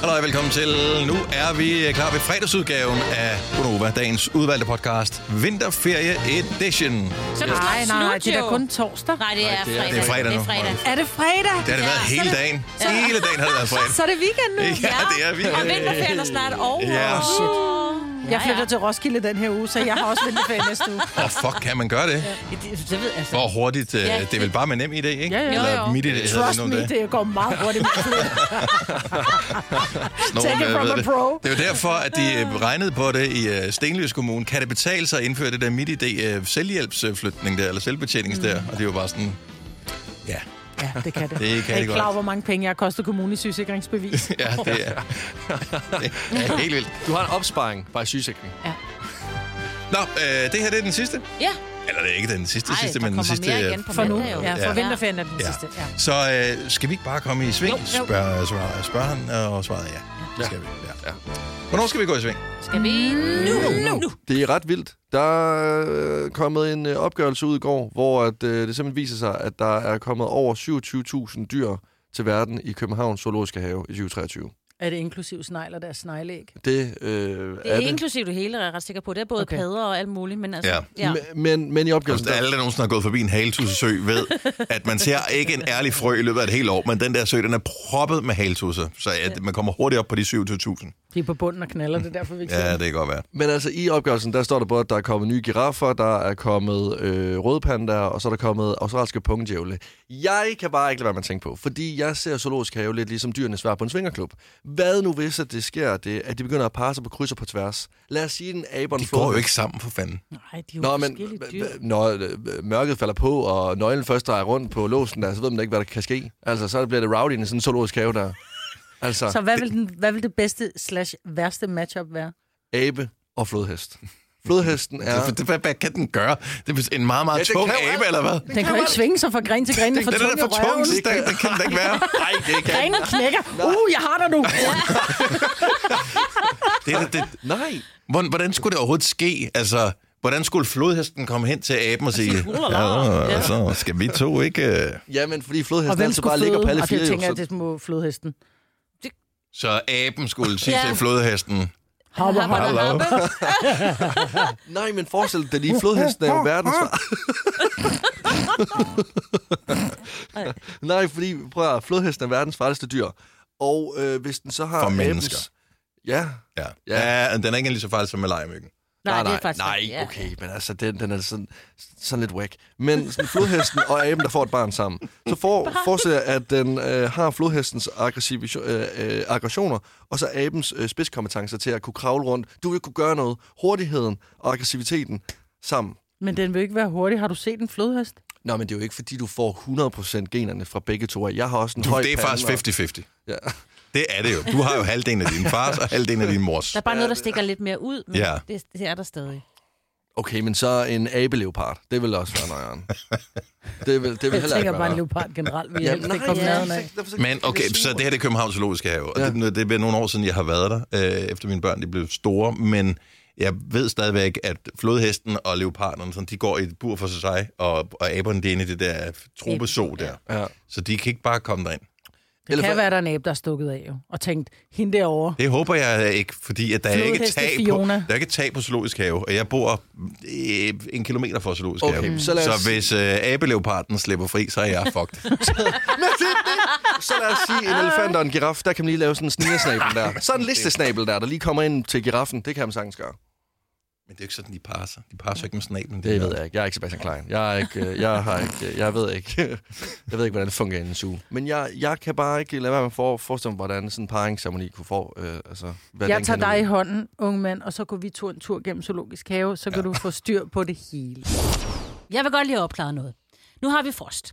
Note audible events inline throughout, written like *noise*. Hallo og velkommen til. Nu er vi klar ved fredagsudgaven af Gunova, dagens udvalgte podcast, Vinterferie Edition. Så er det Nej, snart nej, nej, slut, det er da jo. kun torsdag. Nej, det er fredag. det er fredag nu. Er det fredag? Det har det Ja, været så er hele det- dagen. Hele dagen har det været fredag. Så er det weekend nu. Ja, det er vi. Og vinterferien er snart over. Ja, shit. Jeg flytter til Roskilde den her uge, så jeg har også vinterferie næste uge. Åh, oh, fuck, kan man gøre det? Det, det ved altså. Hvor hurtigt. øh, Ja, det er vel bare med nem idé, ikke? Ja, ja. Eller Jo, jo. midt i det. hedder Trust nu om me, dagen. det går meget *laughs* hurtigt. med flyet. Nogen, Take it øh, from ved a det. pro. Det er jo derfor, at de øh, regnede på det i øh, Stenløs Kommune. Kan det betale sig at indføre det der midt i det selvhjælpsflytning der, eller selvbetjenings der? Og det er jo bare sådan, ja, Ja, det kan Det det. kan jeg er det ikke klar over, godt. hvor mange penge jeg har kostet kommunen i *laughs* sygesikringsbevis. ja det er, det er helt vildt. Du har en opsparing bare i sygesikring. Nå, øh, det her det er den sidste. Ja. Eller det er ikke den sidste, Ej, sidste, der men den kommer sidste. mere øh, igen på For nu. mandag jo. Ja, for Ja. vinterferien er den Ja. sidste. Ja. Så øh, skal vi ikke bare komme i sving? Jo, jo. Spørger spørger- spørger han, øh, og svaret er ja. Det skal vi. Ja. Hvornår skal vi gå i sving? Skal vi nu? Nu. Det er ret vildt. Der er øh, kommet en øh, opgørelse ud i går, hvor at, øh, det simpelthen viser sig, at der er kommet over 27.000 dyr til verden i Københavns Zoologiske Have i 2023. Er det inklusiv snegl og deres sneglæg? Det, øh, Det er inklusiv det hele, er jeg ret sikker på. Det er både Okay. padder og alt muligt, men altså... Ja. ja. Men, men i opgørelsen... Altså, der- alle, der nogensinde har gået forbi en haletussesø, ved, at man ser ikke en ærlig frø i løbet af et helt år, men den der sø, den er proppet med haletusser, så at man kommer hurtigt op på de 27.000. De er på bunden og knaller, det er derfor, vi ikke Ja, ja. det kan godt være. Men altså, i opgørelsen, der står der både, at der er kommet nye giraffer, der er kommet øh, rødpandaer, og så er der kommet australske pungdjævle. Jeg kan bare ikke lade være med at tænke på, fordi jeg ser zoologisk have lidt ligesom dyrenes svar på en svingerklub. Hvad nu hvis, at det sker, det, at de begynder at parre sig på kryds og på tværs? Lad os sige, den aberen De går jo ikke sammen, for fanden. Nej, de er jo Nå, men forskellige h- dyr. h- når øh, mørket falder på, og nøglen først drejer rundt på låsen der, så ved man ikke, hvad der kan ske. Altså, så bliver det rowdy i sådan en zoologisk have der. Altså, Så hvad vil, den, hvad vil det bedste slash værste matchup være? abe og flodhest. Flodhesten er... Ja. Hvad, hvad kan den gøre? Det er en meget, meget Ja, ja, det tung kan jo abe, alt. eller hvad? Den kan jo ikke svinge sig fra gren til gren. Den Den er da for tung, så det, det kan den da ikke være. *laughs* Nej, det kan Grenen knækker. Uh, jeg har dig nu. det, det, det. Nej! Hvordan, hvordan skulle det overhovedet ske? Altså, hvordan skulle flodhesten komme hen til aben og sige, ja, så skal vi to ikke... øh?" Jamen, fordi Og flodhesten hvem altid skulle altså bare ligger føde? på alle Og det fire, tænker jo, jeg, så det må flodhesten. Så aben skulle sige Ja. til flodhesten, Hopper, Hopper, hopper. hallo. Nej, men forestil dig lige, flodhesten er jo verdens... *laughs* Nej, fordi, prøv at høre, flodhesten er verdens farligste dyr. Og øh, hvis den så har... For abens- mennesker. Ja. Ja. Ja. ja. den er ikke lige så farlig som med legemyggen. Nej, det er faktisk... nej, ja. okay, men altså, den, den er sådan, sådan lidt whack. Men sådan, flodhesten og aben, der får et barn sammen. Så for, forestiller jeg, at den øh, har flodhestens aggressive, øh, øh, aggressioner, og så abens øh, spidskompetencer til at kunne kravle rundt. Du vil kunne gøre noget. Hurtigheden og aggressiviteten sammen. Men den vil ikke være hurtig. Har du set en flodhest? Nå, men det er jo ikke, fordi du får 100% generne fra begge to. af. Jeg har også en Du, høj det er pande, og- faktisk 50-50. Ja. Det er det jo. Du har jo halvdelen af din fars og halvdelen af din mors. Der er bare noget, der stikker lidt mere ud, men Ja. det, det er der stadig. Okay, men så en abeleopard. Det vil også være nøjeren. det vil, det vil Jeg heller ikke tænker bare være en nøjeren. leopard generelt. Vi Ja, helst ikke nej, komme ja. naden af. Derfor så- Men okay, det er så det her det er Københavns Zoologiske Have, og Ja. ja. det, det er nogle år siden, jeg har været der, øh, efter mine børn de blev store, men jeg ved stadigvæk, at flodhesten og leoparderne, sådan, de går i et bur for sig, og, og aberne, det er inde i det der tropeso der. Ja. Så de kan ikke bare komme derind. Det Elefant- kan være, der er en abe, der er stukket af, jo. Og tænkt, hende derovre. Det håber jeg ikke, fordi at der, er ikke Flodheste tag på, Fiona. der er ikke tag på Zoologisk Have, og jeg bor øh, en kilometer fra Zoologisk Okay, Have. så lad os- så hvis øh, abeleoparden slipper fri, så er jeg fucked. *laughs* Så lad os sige, en elefant og en giraf, der kan man lige lave sådan en snigersnabel der. Så en listesnabel der, der lige kommer ind til giraffen. Det kan man sagtens gøre. Men det er jo ikke sådan, de parer sig. De parer sig ikke med snablen. de Det der. ved jeg ikke. Jeg er ikke Sebastian Klein. Jeg, er ikke, øh, jeg, har ikke, øh, jeg ved ikke, *laughs* jeg ved ikke, hvordan det fungerer i en zoo. Men jeg, jeg kan bare ikke lade være med at for, forestille mig, hvordan sådan en paringsceremoni kunne få. Øh, altså, hvad den Jeg tager kan- dig i hånden, unge mand, og så går vi to en tur gennem zoologisk have, så kan du få styr på det hele. Jeg vil godt lige opklare noget. Nu har vi frost.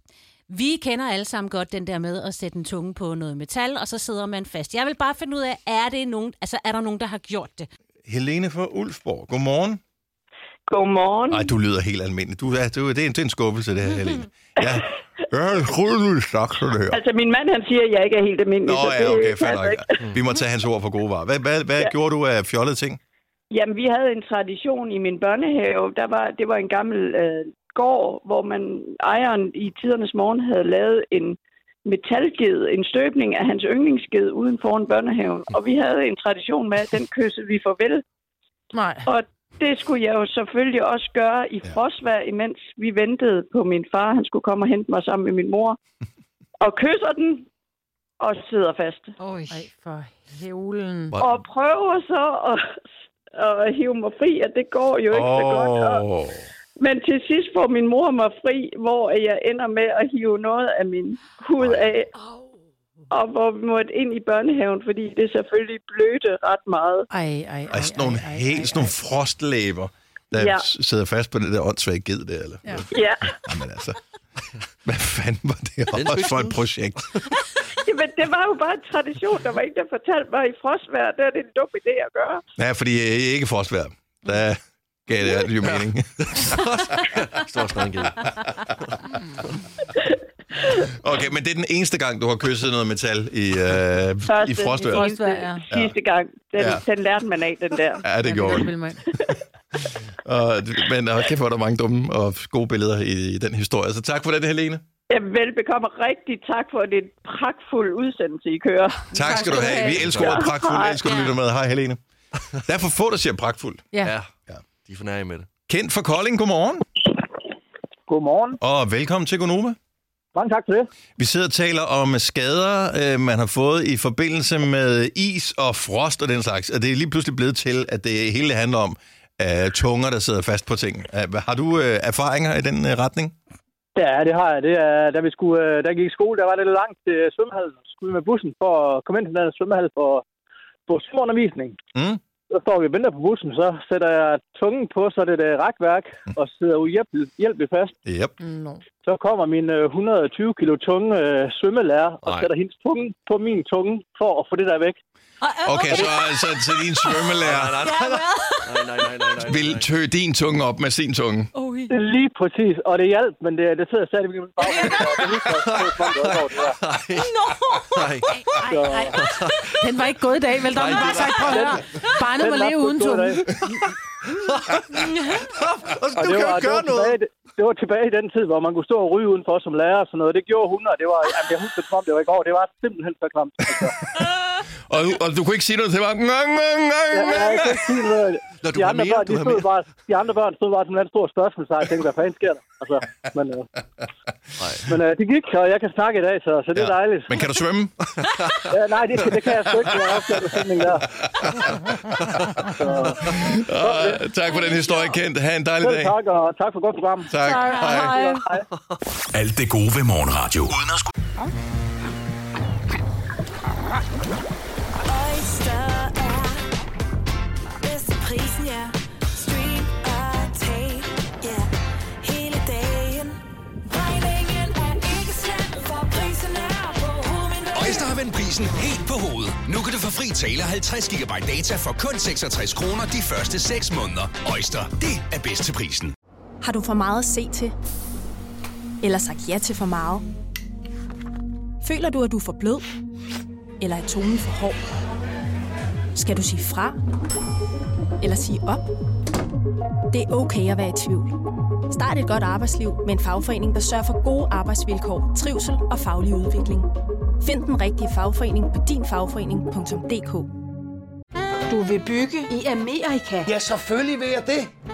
Vi kender alle sammen godt den der med at sætte en tunge på noget metal, og så sidder man fast. Jeg vil bare finde ud af, er, det nogen, altså, er der nogen, der har gjort det? Helene fra Ulfborg, godmorgen. Godmorgen. Nej, du lyder helt almindelig. Du er, du, det, er en, det er en skuffelse, det her, *laughs* Helene. Ja, jeg er en skrydelig slags, det her. Altså, min mand, han siger, at jeg ikke er helt almindelig. Nå så ja, det okay, passer fair nok. ikke. *laughs* Vi må tage hans ord for gode varer. Hvad, hvad, hvad ja. gjorde du af fjollede ting? Jamen, vi havde en tradition i min børnehave. Der var, det var en gammel øh, gård, hvor man ejeren i tidernes morgen havde lavet en metalged, en støbning af hans yndlingsged uden foran børnehaven. Og vi havde en tradition med, at den kyssede vi farvel. Nej. Og det skulle jeg jo selvfølgelig også gøre i frostvær, imens vi ventede på min far. Han skulle komme og hente mig sammen med min mor. Og kysser den, og sidder fast. Oj. Ej, for hævlen. Og prøver så at, at hive mig fri, og det går jo ikke oh. så godt. Og, Åh, Men til sidst får min mor mig fri, hvor jeg ender med at hive noget af min hud af. Og hvor vi måtte ind i børnehaven, fordi det selvfølgelig blødte ret meget. Ej, ej, ej. og sådan nogle helt sådan nogle frostlæber, der ja. Ja. sidder fast på den der åndssvage ged der. Eller? Ja. Ja, *laughs* Jamen altså, hvad fanden var det Den også for fik et projekt? men det var jo bare en tradition. Der var ingen, der fortalte mig i frostvær, der er det en dum idé at gøre. Nej, fordi øh, ikke frostvær. Der gav det alt jo mening. *laughs* Stor strandgede. Okay, men det er den eneste gang, du har kysset noget metal i, øh, i frostvær. frostvejr. Sidste, Frostvejr, ja. sidste gang. Den, Ja. ja. den lærte man af, den der. Ja, det gjorde det. Og, men og kæft, hvor er der mange dumme og gode billeder i, i den historie. Så tak for den, Helene. Ja, velbekomme. Rigtig tak for det pragtfuld udsendelse, I kører. Tak skal du have. Vi elsker ordet pragtfuldt. Jeg elsker, du lytter med. Hej, Helene. Der er for få, der siger pragtfuldt. Ja. Ja. Ja. De er for nære med det. Kent fra Kolding, godmorgen. Godmorgen. Og velkommen til Gonova. Mange tak for det. Vi sidder og taler om skader, øh, man har fået i forbindelse med is og frost og den slags. Og det er lige pludselig blevet til, at det hele handler om øh, tunger, der sidder fast på ting. Øh, har du øh, erfaringer i den øh, retning? Ja, det har jeg. Det er, da vi skulle, øh, da jeg gik i skole, der var det lidt langt til svømmehallen. Så Skulle vi med bussen for at komme ind til den her svømmehal for på svømmeundervisning. Mm. Så står vi og venter på bussen, så sætter jeg tungen på, så det er rækværk, og sidder uhjælpelig hjælpelig fast. Yep. Nå. Så kommer min øh, 120 kilo tunge øh, svømmelærer og Ej. sætter hendes tunge på min tunge for at få det der væk. Og, Okay, så, så til din svømmelærer. nej, nej, nej, nej, nej, nej, nej. Vil tø din tunge op med sin tunge. okay. Lige præcis, og det hjalp, men det, det sidder stadigvæk i min bag. Det er lige så, så smukt over det der. *laughs* Nej. Så, Den var ikke god i dag, vel? Der var bare sagt, prøv at høre. Barnet den må var leve sgu uden sød i tunge. dag. Og Altså, Og du det kan jo var, det, var gøre noget. tilbage, det, det var tilbage i den tid, hvor man kunne stå og ryge udenfor som lærer og sådan noget. Det gjorde hun, og det var, jamen, jeg husker det som om, det var i går. Det var simpelthen så klamt. Altså, Og, og du kunne ikke sige noget til mig. Ngang, ngang, ngang, jeg, jeg, ngang. kan ikke sige noget. Nå, du De har andre, mere, børn, du de, har stod mere. bare, de andre børn stod bare som en stor spørgsmål, så jeg tænkte, hvad fanden sker der? Altså, men øh, men øh, det gik, og jeg kan snakke i dag, så, så det er Ja. dejligt. Men kan du svømme? Ja, nej, det, det kan jeg sgu ikke. Jeg har opdaget en sætning *laughs* der. Og, tak for den historie, Kent. Ha' en dejlig Selv dag. tak, og tak for godt program. Tak. Hej. Hej. Alt det gode ved morgenradio. Uden at skulle... Oyster er bedst til prisen, ja. Stream og tag, ja. Hele dagen. Regningen er ikke slem, for prisen er på hovedet. Øjster har vendt prisen helt på hovedet. Nu kan du få fri tale 50 GB data for kun 66 kroner de første 6 måneder. Øjster, det er bedst til prisen. Har du for meget at se til? Eller sagt ja til for meget? Føler du, at du er for blød? Eller er tonen for hård? Skal du sige fra? Eller sige op? Det er okay at være i tvivl. Start et godt arbejdsliv med en fagforening, der sørger for gode arbejdsvilkår, trivsel og faglig udvikling. Find den rigtige fagforening på dinfagforening.dk. Du vil bygge i Amerika? Ja, selvfølgelig vil jeg det.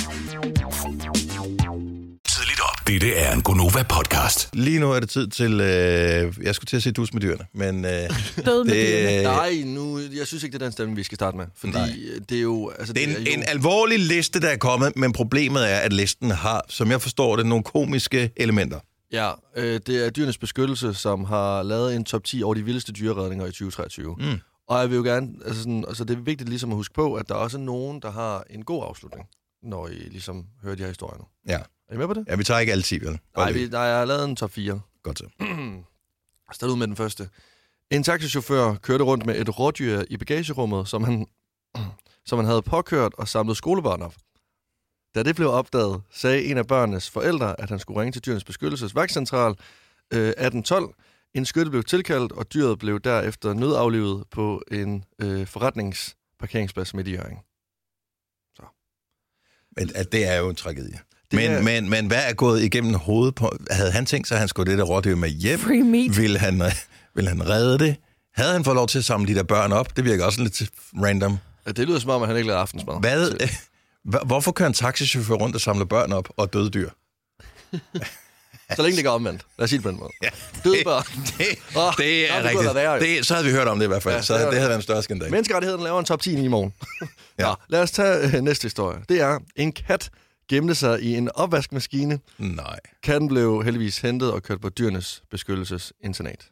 Tidligt op. Dette er en Gonova-podcast. Lige nu er det tid til... Øh, jeg skulle til at sige dus med dyrene, men... Øh, Død med det, øh, det. Nej, nu, jeg synes ikke, det er den stemning, vi skal starte med. Fordi Nej. nej. det er jo... Altså, det er jo, en, en alvorlig liste, der er kommet, men problemet er, at listen har, som jeg forstår det, nogle komiske elementer. Ja, øh, det er Dyrenes Beskyttelse, som har lavet en top 10 over de vildeste dyreredninger i 2023. Mm. Og jeg vil jo gerne, altså, sådan, altså det er vigtigt ligesom at huske på, at der også er nogen, der har en god afslutning, når I ligesom hører de her historier nu. Ja, Er I med på det? ja vi tager ikke alle 10, vel? Bare Nej, lige vi, nej, jeg har lavet en top 4. Godt til. Start ud med den første. En taxichauffør kørte rundt med et rådyr i bagagerummet, som han, *clears throat* som han havde påkørt og samlet skolebørn op. Da det blev opdaget, sagde en af børnenes forældre, at han skulle ringe til dyrenes beskyttelses vagtcentral øh, 1812. En skytte blev tilkaldt, og dyret blev derefter nødaflivet på en øh, forretningsparkeringsplads midt i Jørgen. Men at det er jo en tragedie. Men, er... men, men hvad er gået igennem hovedet på? Havde han tænkt sig, at han skulle det der rådyr med hjem? Free meat. Vil han, *laughs* vil han redde det? Havde han fået lov til at samle de der børn op? Det virker også lidt random. Ja, det lyder som om, at han ikke lavede aftensmad. Hvad, *laughs* hva- hvorfor kører en taxichauffør rundt og samler børn op og døde *laughs* dyr? Så længe det går omvendt. Lad os sige det på den måde. Ja, Døde børn. Det, Åh, det nå, er det kunne rigtigt. da være, jo. det, så havde vi hørt om det i hvert fald. Ja, Ja, så det det, er- havde været en større skandal. Menneskerettigheden laver en top 10 i morgen. Ja. Nå, lad os tage øh, næste historie. Det er, en kat gemte sig i en opvaskemaskine. Nej. Katten blev heldigvis hentet og kørt på dyrenes beskyttelses internat.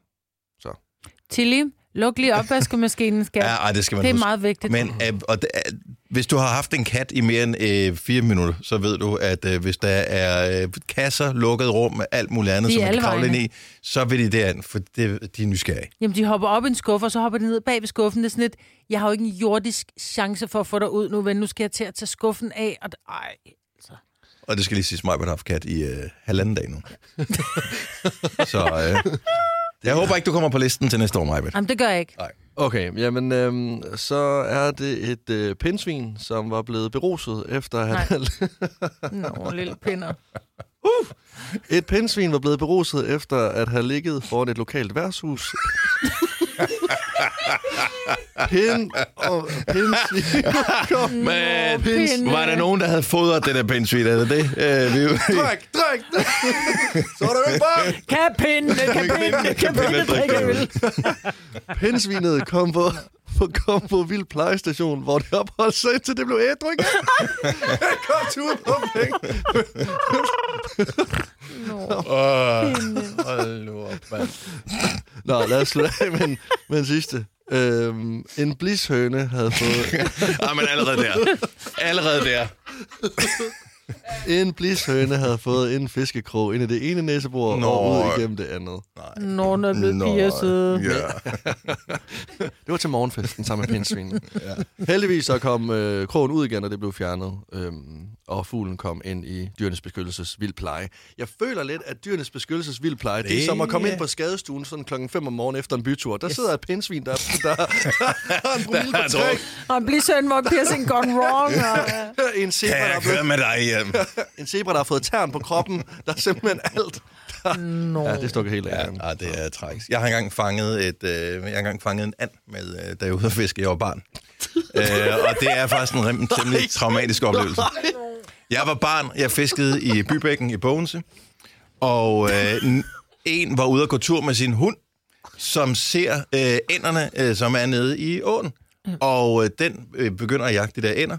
Tilly, luk lige opvaskemaskinen, skat. Ja, ej, det skal man Det er huske. meget vigtigt. Men øh, og det, er- hvis du har haft en kat i mere end øh, fire minutter, så ved du, at øh, hvis der er øh, kasser, lukket rum med alt muligt andet, De er som man kan alle kravle ind vegne. i, så vil de derind, for det, de er nysgerrige. Jamen, de hopper op i en skuffe, og så hopper de ned bag ved skuffen. Det er sådan lidt, jeg har jo ikke en jordisk chance for at få dig ud nu, men nu skal jeg til at tage skuffen af. Og, ej, Og det skal lige sige, at har haft kat i øh, halvanden dag *laughs* nu. så øh, jeg håber ikke, du kommer på listen til næste år, Majbet. jamen, det gør jeg ikke. Nej. Okay, jamen øhm, så er det et øh, pindsvin, som var blevet beruset efter at have... *laughs* Nå, lille pinder. *laughs* et pindsvin var blevet beruset efter at have ligget foran et *laughs* lokalt værtshus. Pind og pindsvin. Kom. Men pinde. var der nogen, der havde fodret det der pindsvin? Er det det? Øh, vi, *laughs* Drik, drik! Så er det jo bare... Kan pinde, kan pinde, kan pinde, drikke øl. Pindsvinet kom på, på, kom på vild plejestation, hvor det opholdt sig, indtil det blev ædru igen. Jeg kom tur på penge. Hold nu op, mand. Nå, lad os slutte af med en, med en sidste. Øhm, en blishøne havde fået... Ej, men allerede der. Allerede der. En blishøne havde fået en fiskekrog ind i det ene næsebor Nå. og ud igennem det andet. Nå, når det Nå, blev piger søde. Ja. Det var til morgenfesten sammen *laughs* med pindsvin. ja. Heldigvis så kom øh, krogen ud igen, og det blev fjernet. Øhm, og fuglen kom ind i dyrenes beskyttelses vildpleje. Jeg føler lidt, at dyrenes beskyttelses vildpleje, det er Det- som at komme ind på skadestuen sådan klokken 5 om morgenen efter en bytur. Der sidder et pindsvin, der, der, der, har en promille Der er på tre. Og blive søn, hvor piercing gone wrong. Og, En zebra, Kan der er jeg blevet køre med dig øh. hjem? En zebra, der har fået tern på kroppen. Der er simpelthen alt. Der... Nå. Ja, det stukker helt af. Ja. Ja, ah, det er træks. Jeg har engang fanget, et, øh, jeg har engang fanget en and, med, øh, da jeg var ude at fiske, jeg var barn. øh, og det er faktisk en rim- temmelig traumatisk oplevelse. Jeg var barn, jeg fiskede i bybækken i Bogense, og øh, n- en var ude at gå tur med sin hund, som ser øh, ænderne, øh, som er nede i åen. Og øh, den øh, begynder at jagte de der ænder,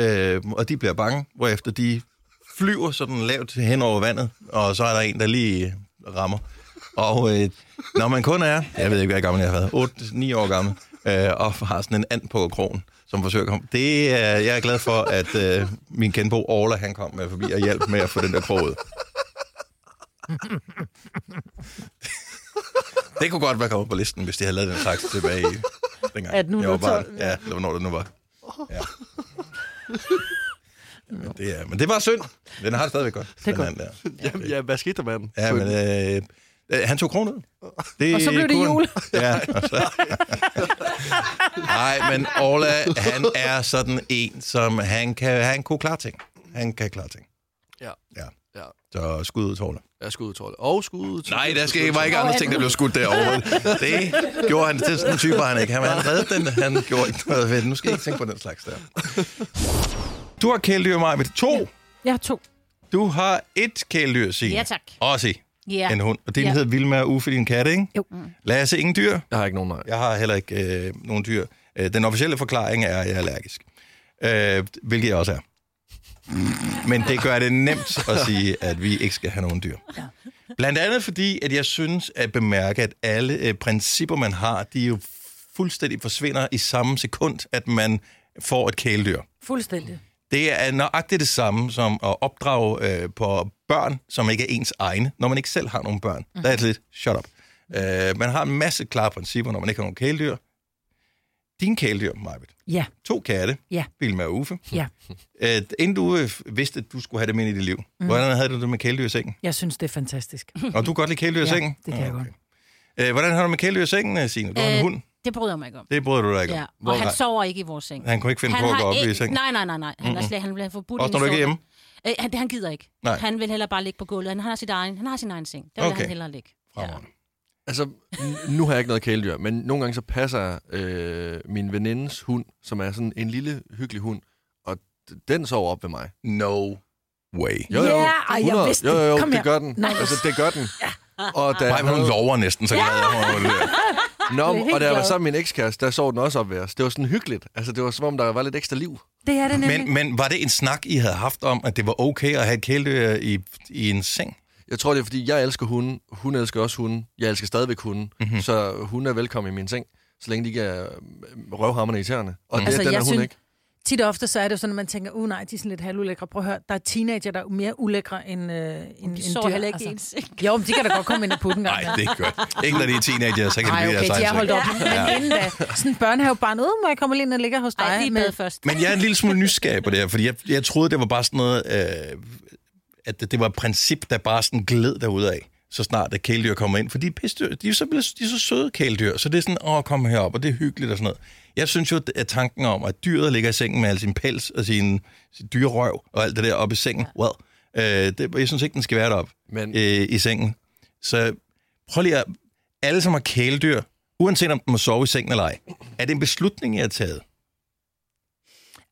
øh, og de bliver bange, hvorefter de flyver sådan lavt hen over vandet, og så er der en, der lige øh, rammer. Og øh, når man kun er, jeg ved ikke, hvad gammel jeg har været, 8-9 år gammel, øh, og har sådan en and på krogen, som forsøger at komme. Det er, jeg er glad for, at øh, min kendbo Orla, han kom med forbi og hjalp med at få den der krog ud. Det kunne godt være kommet på listen, hvis de havde lavet den slags tilbage i dengang. 1812, Jeg var barn. Ja, eller hvornår det nu var. Ja. Men det, er, men det var synd. Den har det stadigvæk godt. Det er godt. Der. Jamen, ja, hvad skete der med den? Ja, men øh, øh, han tog kronen. ud. Det Og så blev det kunne han. jul. Ja. og så- Nej, men Orla, han er sådan en, som han kan, han kunne klare ting. Han kan klare ting. Ja. Ja. Ja. Så skud ud til Orla. Jeg er skudt tårlet. Og skudt Nej, der skal ikke, var ikke andre ting, der blev skudt derovre. Det gjorde han til sådan en type, var han ikke. Han, han reddede den, han gjorde ikke noget ved den. Nu skal jeg ikke tænke på den slags der. Du har kæledyr, Maja, med to. Jeg har to. Du har et kæledyr, Signe. Ja, tak. Også Ja. en hund. Og din Ja. hedder Vilma og Uffe, din katte, ikke? Jo. Lasse, ingen dyr. Jeg har ikke nogen, nej. Jeg har heller ikke øh, nogen dyr. Øh, den officielle forklaring er, at jeg er allergisk. Øh, hvilket jeg også er. Men det gør det nemt at sige, at vi ikke skal have nogen dyr. Blandt andet fordi, at jeg synes at bemærke, at alle øh, principper, man har, de jo fuldstændig forsvinder i samme sekund, at man får et kæledyr. Fuldstændig. Det er nøjagtigt det samme som at opdrage øh, på børn, som ikke er ens egne, når man ikke selv har nogen børn. Der er det lidt, shut up. Øh, man har en masse klare principper, når man ikke har nogen kæledyr. Din kæledyr, Majbet. Ja. To katte. Ja. Vilma og Uffe. Ja. Øh, inden du øh, vidste, at du skulle have dem ind i dit liv, Mm. mm. hvordan havde du det med kæledyr i sengen? Jeg synes, det er fantastisk. Og du kan godt lide kæledyr i *laughs* Ja, sengen? det kan jeg godt. Øh, hvordan har du det med kæledyr i sengen, øh, Signe? Du har øh, en hund. Det bryder jeg mig ikke om. Det bryder du dig ikke om. ja. Hvor- Og han sover ikke i vores seng. Han kunne ikke finde Han på at har gå op i ikke- sengen? Nej, nej, nej. nej. Han, mm-hmm. Mm-mm. slet, han bliver forbudt. Også når du ikke er hjemme? Øh, han, han gider ikke. Nej. Han vil hellere bare ligge på gulvet. Han har, sit egen, han har sin egen seng. Der vil Okay. han hellere ligge. Altså, n- nu har jeg ikke noget kæledyr, men nogle gange så passer øh, min venindes hund, som er sådan en lille, hyggelig hund, og d- den sover op ved mig. No way. Jo, jo. Ja, ej, jeg 100. vidste jo, det. jo, jo, Kom det her. gør den. Nej. Altså, det gør den. Og da Ej, men hun lover næsten, så glad er hun. Nå, Blev helt og da jeg var glad. sammen med min ekskæreste, der sov den også op ved os. Det var sådan hyggeligt. Altså, det var som om, der var lidt ekstra liv. Det er det nemlig. Men, men var det en snak, I havde haft om, at det var okay at have et kæledyr i, i en seng? Jeg tror, det er, fordi jeg elsker hunden. Hun elsker også hunden. Jeg elsker stadigvæk hunden. Mm-hmm. Mhm. Så hun er velkommen i min seng, så længe de ikke er øh, røvhammerne irriterende. Mhm. Og det, altså, den er hun ikke. Tit og ofte så er det jo sådan, at man tænker, uh nej, de er sådan lidt halvulækre. Prøv at høre, der er teenager, der er mere ulækre end, øh, end, sover end dyr, Altså. heller ikke i ens seng. Jo, men de kan da godt komme ind og putte en gang. Nej, det er godt. Ikke når de er teenager, så kan det Ej, blive okay, deres de er egen holdt op. seng. Ja. Men inden da, sådan en børnehavebarn, øh, må jeg komme ind og ligge hos dig? Ej, lige med først. Men jeg er en lille smule nysgerrig på det her, fordi jeg, jeg troede, det var bare sådan noget, øh, at det, det var et princip, der bare sådan gled derude af, så snart at kæledyr kommer ind. For de er, pissedyr, de er, så, blevet- de er så søde kæledyr, så det er sådan, åh, kom herop, og det er hyggeligt og sådan noget. Jeg synes jo, at tanken om, at dyret ligger i sengen med al sin pels og sin, sin dyrerøv og alt det der oppe i sengen, ja. well, øh, det, jeg synes ikke, den skal være deroppe Men... øh, i sengen. Så prøv lige at, alle som har kæledyr, uanset om den må sove i sengen eller ej, er det en beslutning, jeg har taget?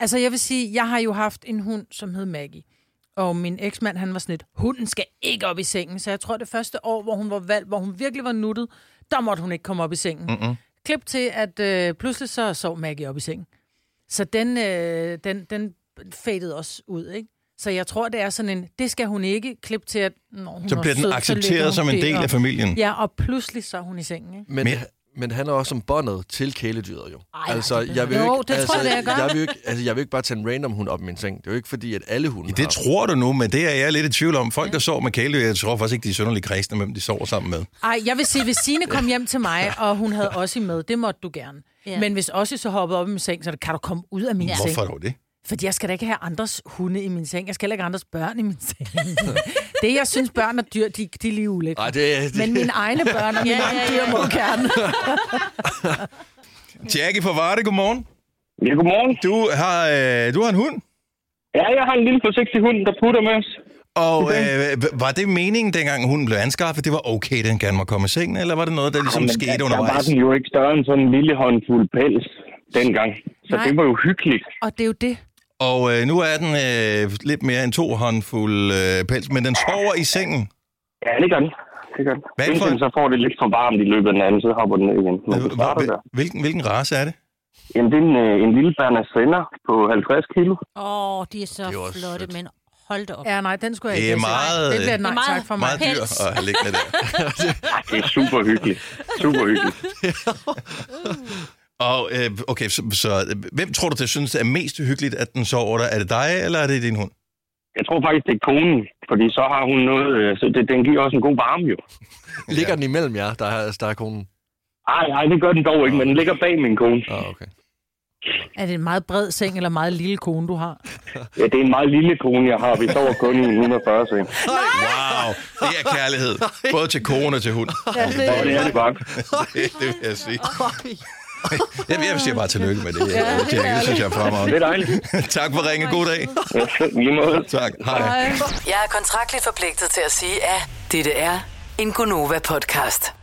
Altså, jeg vil sige, jeg har jo haft en hund, som hed Maggie. Og min eksmand, han var sådan lidt, hunden skal ikke op i sengen. Så jeg tror, det første år, hvor hun var valgt, hvor hun virkelig var nuttet, der måtte hun ikke komme op i sengen. Mm-mm. Klip til, at øh, pludselig så sov Maggie op i sengen. Så den, øh, den, den fadede også ud, ikke? Så jeg tror, det er sådan en, det skal hun ikke. Klip til, at når hun Så var bliver den sød, accepteret ligger hun som en der, del af og- familien. Ja, og pludselig så er hun i sengen, ikke? Men, men, men handler også om båndet til kæledyret jo. Ej, altså, det ved jeg vil jeg jo, ikke. ikke, Jo, det tror altså, jeg, det er godt. jeg, vil jo ikke, altså, jeg vil ikke bare tage en random hund op i min seng. Det er jo ikke fordi, at alle hunde Det har. tror du nu, men det er jeg lidt i tvivl om. Folk, der sover med kæledyr, jeg tror faktisk ikke, de er synderligt kredsende, hvem de sover sammen med. Ej, jeg vil sige, hvis Signe kom hjem til mig, og hun havde Ossi med, det måtte du gerne. Ja. Ja. Men hvis Ossi så hoppede op i min seng, så er det, kan du komme ud af min Ja. ja. seng. Hvorfor dog det? Fordi jeg skal da ikke have andres hunde i min seng. Jeg skal heller ikke have andres børn i min seng. *laughs* det, jeg synes, børn og dyr, de, de er lige ulækre. Ej, Ah, det- det- Men mine egne børn og mine ja, Ja, egne ja, dyr ja. må gerne. Jackie fra Varde, godmorgen. Ja, godmorgen. Du har, øh, du har en hund? Ja, jeg har en lille forsigtig hund, der putter med os. Og I sengen. øh, h- var det meningen, dengang hunden blev anskaffet, det var okay, den gerne må komme i sengen, eller var det noget, der ligesom Ej, men skete der- Der var undervejs? den jo ikke større end sådan en lille håndfuld pels dengang. Så Nej. Nej. det var jo hyggeligt. Og det er jo det. Og øh, nu er den øh, lidt mere end to håndfuld øh, pels, men den sover i sengen. Ja, det gør den. Det gør den. Hvad for- Indtil så får det lidt for varmt i løbet af den anden, så hopper den ned igen. Men det starter der. Hvilken, hvilken race er det? Jamen, det er en, øh, en lille Berner Sender på 50 kilo. Åh, oh, de er så flotte, men hold da op. Ja, nej, den skulle jeg Det ikke er have sagt. meget- Det bliver et nej Det er meget- tak for mig. Meget dyr at have liggende der. Ej, det er super hyggeligt. Super hyggeligt. Og øh, okay, så, så øh, hvem tror du, det synes er mest hyggeligt, at den sover der? Er det dig, eller er det din hund? Jeg tror faktisk, det er konen, fordi så har hun noget... øh, Så det, den giver også en god varme, jo. Ligger den imellem jer, der er, der er konen? Ej, nej, det gør den dog ikke, men den ligger bag min kone. Ah, okay. Er det en meget bred seng, eller en meget lille kone, du har? Ja, det er en meget lille kone, jeg har. Vi sover kun i en 140 seng. Wow, det er kærlighed. Både til kone og til hund. Ja, det er- Nå, det er det bare. *laughs* det, det vil jeg sige. Jeg, jeg siger bare tillykke med det. Ja, det er Ja, det, det synes jeg er fremragende. Det er dejligt. *laughs* tak for ringen. God dag. Lige måde. Tak. Hej. Jeg er kontraktligt forpligtet til at sige, at dette er en Gonova-podcast.